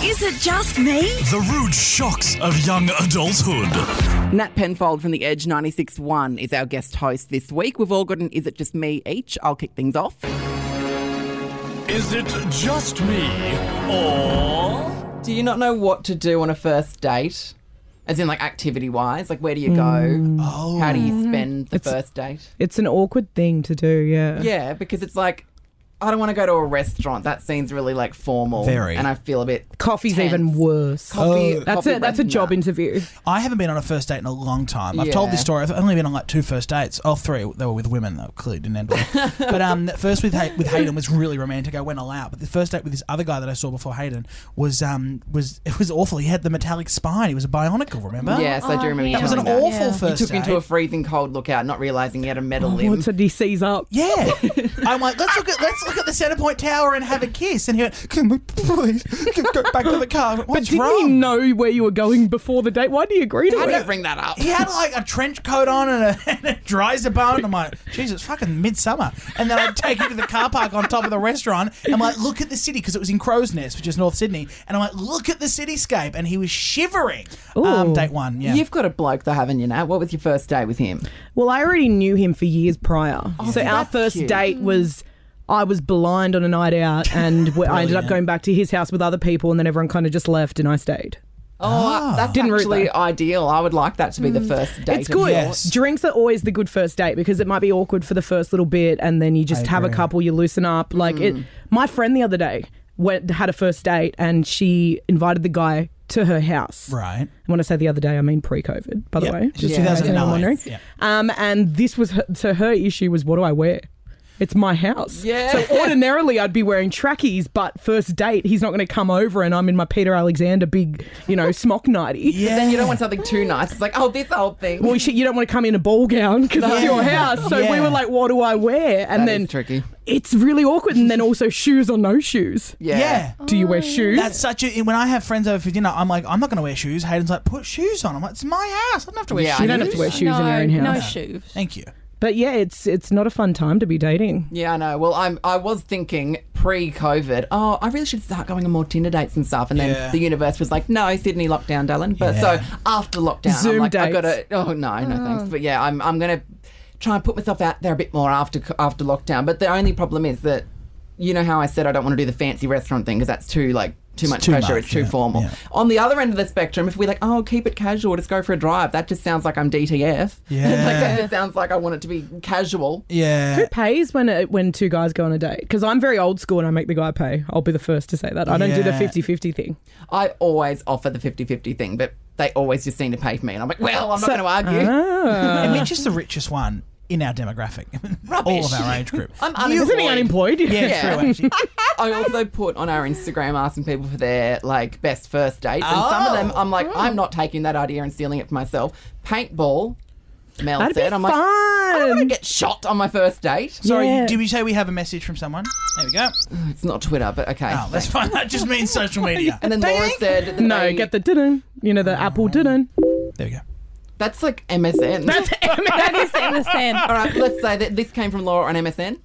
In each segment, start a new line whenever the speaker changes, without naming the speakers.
Is it just me?
The rude shocks of young adulthood.
Nat Penfold from The Edge 96.1 is our guest host this week. We've all got an Is It Just Me each. I'll kick things off.
Is it just me or
Do you not know what to do on a first date? As in, like, activity wise? Like, where do you go? How do you spend the
It's-
first date?
It's an awkward thing to do, yeah.
Yeah, because it's like, I don't want to go to a restaurant. That seems really, like, formal.
Very.
And I feel a bit.
Coffee's
tense.
even worse. Oh.
Coffee,
That's
coffee
a that's a
break,
job
nah.
interview.
I haven't been on a first date in a long time. I've told
Yeah.
this story. I've only been on like two first dates. Oh, three. They were with women. That clearly didn't end well. but um, the first with Hay- with Hayden was really romantic. I went all out. But the first date with this other guy that I saw before Hayden was um was it was awful. He had the metallic spine. He was a bionicle. Remember?
Yes, I do remember. you
That was an
telling that.
awful
You
first
took into
date.
a freezing cold lookout, not realizing he had Oh, a metal limb.
What's a he seize up?
Yeah, I'm like, let's look at let's look at the Centrepoint Tower and have a kiss. And he went, "Can we please go back to the car?" I went, What's
Didn't
wrong?
he know where you were going before the date? Why do you agree to
How do you
it?
bring that up?
he had like a trench coat on and a, and a dry zipper, and I'm like, Jesus, fucking midsummer. And then I'd take him to the car park on top of the restaurant. And I'm like, look at the city because it was in Crow's Nest, which is North Sydney. And I'm like, look at the cityscape, and he was shivering. Um,
Ooh.
date one, yeah.
You've got a bloke though, haven't you, Nat? What was your first date with him?
Well, I already knew him for years prior. so
Oh, see,
our
that's
first
cute.
date was I was blind on a night out and we- I ended up
Brilliant.
going back to his house with other people and then everyone kind of just left and I stayed.
Oh, that's
Didn't root
actually
though.
ideal. I would like that to be the first date.
Ah. Mm. It's
of
good.
yours.
Yes.
Drinks are always the good first date because it might be awkward for the first little bit, and then you just
I
have a
agree. Hmm.
couple, you loosen up. Like it. My friend the other day went had a first date, and she invited the guy to her house.
Right.
And When I say the other day, I mean pre-COVID, by the
Yep.
way.
It's
Just in case
2009.
anyone's wondering.
Yeah.
Um, and this was her, so her issue was what do I wear? It's my house.
Yeah.
So ordinarily I'd be wearing trackies, but first date he's not going to come over, and I'm in my Peter Alexander big, you know, smock nighty.
Yeah.
Then you don't want something too nice. It's like, oh, this old thing.
well, shit, you don't want to come in a ball gown because it's your house. So we
Yeah.
were like, what do I wear? And
That
then
is tricky.
it's really awkward. And then also shoes or no shoes.
Yeah.
yeah.
Oh.
Do
Oh.
you wear shoes?
That's such a. When I have friends over for dinner, I'm like, I'm not going to wear shoes. Hayden's like, put shoes on. I'm like, it's my house. I don't have to wear
Yeah, I
shoes.
you don't have to wear shoes in your own house.
No shoes.
Thank you.
But yeah, it's it's not a fun time to be dating.
Yeah, I know. Well, I'm. I was thinking pre-COVID. Oh, I really should start going on more Tinder dates and stuff. And then
Yeah.
the universe was like, no, Sydney lockdown, darling. But
Yeah.
so after lockdown, I'm
Zoom
like, I
dates.
gotta. Oh no, no thanks. But yeah, I'm. I'm gonna try and put myself out there a bit more after after lockdown. But the only problem is that, you know how I said I don't want to do the fancy restaurant thing because that's too like. Too much
too
pressure.
much,
it's too
yeah,
formal.
yeah.
On the other end of the spectrum, if we're like, "Oh, keep it casual, just go for a drive," that just sounds like I'm DTF. like, that
Yeah.
just sounds like I want it to be casual.
Yeah.
Who pays when it, when two guys go on a date? Because I'm very old school and I make the guy pay. I'll be the first to say that. I don't do the
Yeah.
50-50 thing.
I always offer the 50 50 thing, but they always just seem to pay for me. And I'm like, well, I'm not going to argue.
Ah.
Uh.
And Mitch is the richest one in our demographic. All of our age group.
I'm
Isn't he
unemployed.
unemployed?
yeah,
Yeah.
true, actually.
I also put on our Instagram asking people for their like best first dates, and some of them I'm like,
Oh.
I'm not taking that idea and stealing it for myself. Paintball, Mel
That'd be
said. I'm like, I don't want to
fun.
get shot on my first date.
Sorry,
Yeah.
did we say we have a message from someone? There we go.
It's not Twitter, but okay.
Oh, that's fine. That just means social media.
and then Laura said, that
No,
they-
get the didn't. You know, the apple didn't.
There we go.
That's like MSN. That's
That is MSN.
All right, let's say that this came from Laura on MSN.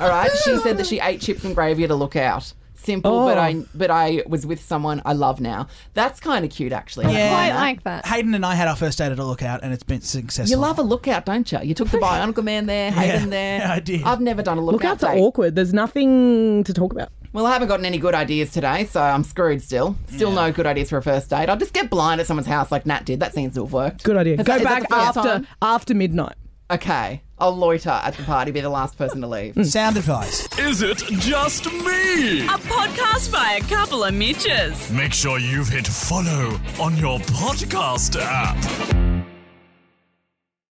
All right, she said that she ate chips and gravy at a lookout. Simple, but
Oh.
I but I was with someone I love now. That's kind of cute, actually.
Quite like that.
Hayden and I had our first date at a lookout, and it's been successful.
You love a lookout, don't you? You took the bionicle man there, Hayden there.
yeah, I did.
I've never done a lookout
Lookouts are
date.
awkward. There's nothing to talk about.
Well, I haven't gotten any good ideas today, so I'm screwed still. Still no good ideas for a first date. I'll just get blind at someone's house like Nat did. That seems to have worked.
Good idea.
Is
Go
that- is that
back
the first
after
time?
after midnight.
Okay, I'll loiter at the party, be the last person to leave.
sound advice.
is it just me?
A podcast by a couple of Mitches.
Make sure you've hit follow on your podcast app.